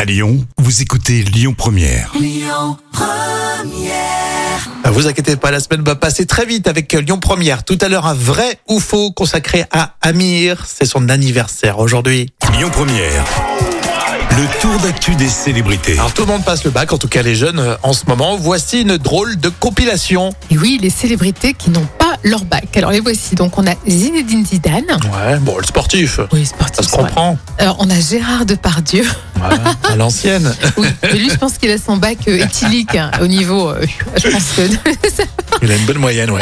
À Lyon, vous écoutez Lyon Première. Ah, Vous inquiétez pas, la semaine va passer très vite avec euh, Lyon Première. Tout à l'heure, un vrai ou faux consacré à Amir. C'est son anniversaire aujourd'hui. Lyon Première. Le tour d'actu des célébrités. Alors tout le monde passe le bac, en tout cas les jeunes euh, en ce moment. Voici une drôle de compilation. Et oui, les célébrités qui n'ont pas leur bac. Alors les voici. Donc on a Zinedine Zidane. Ouais, bon, le sportif, Oui, sportif. ça se c'est vrai. comprend. Alors on a Gérard Depardieu. à l'ancienne. Oui, mais lui je pense qu'il a son bac euh, éthylique hein, au niveau. euh, je pense que. Il a une bonne moyenne, ouais.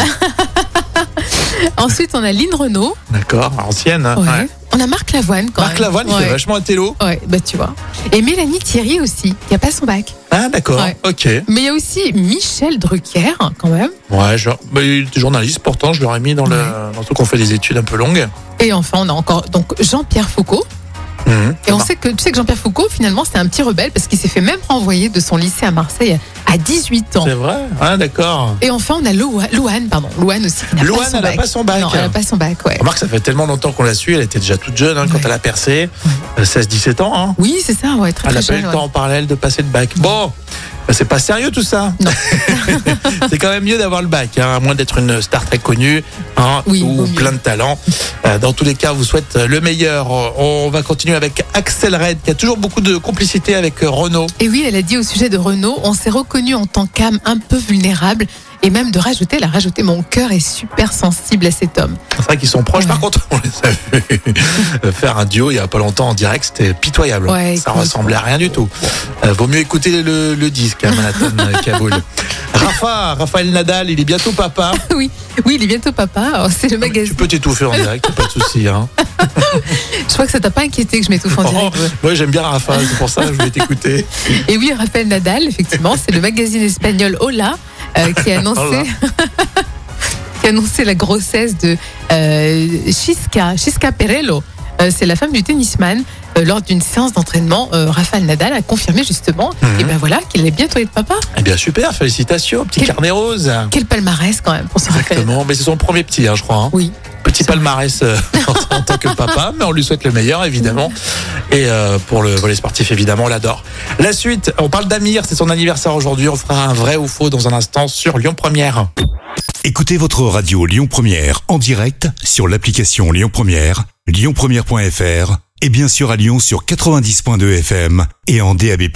Ensuite on a Lynn Renault. D'accord, à l'ancienne. hein. Ouais. Ouais. On a Marc Lavoine quand Marc même. Lavoine, il ouais. fait vachement un télo. Ouais, bah tu vois. Et Mélanie Thierry aussi, qui a pas son bac. Ah, d'accord, Ouais. ok. Mais il y a aussi Michel Drucker quand même. Ouais, genre, bah, il était journaliste, pourtant, je l'aurais mis dans le, dans le truc qu'on fait des études un peu longues. Et enfin on a encore donc Jean-Pierre Foucault. Mhm. Et on sait que, tu sais que Jean-Pierre Foucault, finalement, c'est un petit rebelle parce qu'il s'est fait même renvoyer de son lycée à Marseille à 18 ans. C'est vrai Ah, d'accord. Et enfin, on a Loa- Louane, pardon. Louane aussi. qui n'a Louane, son elle a bac. pas son bac. Ah bah. Non, elle n'a pas son bac, ouais. Remarque, ça fait tellement longtemps qu'on la suit, elle était déjà toute jeune hein, quand Ouais. elle a percé, Euh, 16-17 ans. Hein. Oui, c'est ça, ouais, très Elle a pas très eu jeune. le ouais. temps en parallèle de passer le bac. Bon, bah, c'est pas sérieux tout ça. Non. c'est quand même mieux d'avoir le bac, hein, à moins d'être une star très connue hein, Oui, ou vaut mieux. plein de talent. Euh, Dans tous les cas, vous souhaite euh, le meilleur. Euh, On va continuer avec Axel Red, qui a toujours beaucoup de complicité avec euh, Renaud. Et oui, elle a dit au sujet de Renault, on s'est reconnu en tant qu'âme un peu vulnérable et même de rajouter, elle a rajouté, mon cœur est super sensible à cet homme. C'est vrai qu'ils sont proches. Par contre, on les a vus euh, faire un duo il y a pas longtemps en direct. C'était pitoyable. Ouais, ça écoute. ressemblait à rien du tout. Euh, vaut mieux écouter le, le disque à Manhattan euh, Kaboul. Rafa, Rafael Nadal, il est bientôt papa. oui, oui, il est bientôt papa. Alors, C'est Ah le Tu magazine. peux t'étouffer en direct, y a pas de souci. Hein. Je crois que ça t'a pas inquiété que je m'étouffe Oh, en direct. ouais. moi j'aime bien Rafa, c'est pour ça que je voulais t'écouter. Et oui, Rafael Nadal, effectivement, c'est le magazine espagnol Hola euh, qui a annoncé. Hola. qui a annoncé la grossesse de euh, Chiska, Chiska Perello. Euh, c'est la femme du tennisman. Euh, lors d'une séance d'entraînement, euh, Rafael Nadal a confirmé justement, Mhm. et ben voilà, qu'il allait bientôt être papa. Eh bien super, félicitations, petit Quel- carnet rose. Quel palmarès quand même pour ce Rafael. Exactement, mais c'est son premier petit, hein, je crois. hein. Oui. Petit palmarès euh, en, en tant que papa, mais on lui souhaite le meilleur, évidemment. Et euh, pour le volet sportif, évidemment, on l'adore. La suite, on parle d'Amir, c'est son anniversaire aujourd'hui. On fera un vrai ou faux dans un instant sur Lyon Première. Écoutez votre radio Lyon Première en direct sur l'application Lyon Première, lyonpremière.fr et bien sûr à Lyon sur 90.2 FM et en DAB+.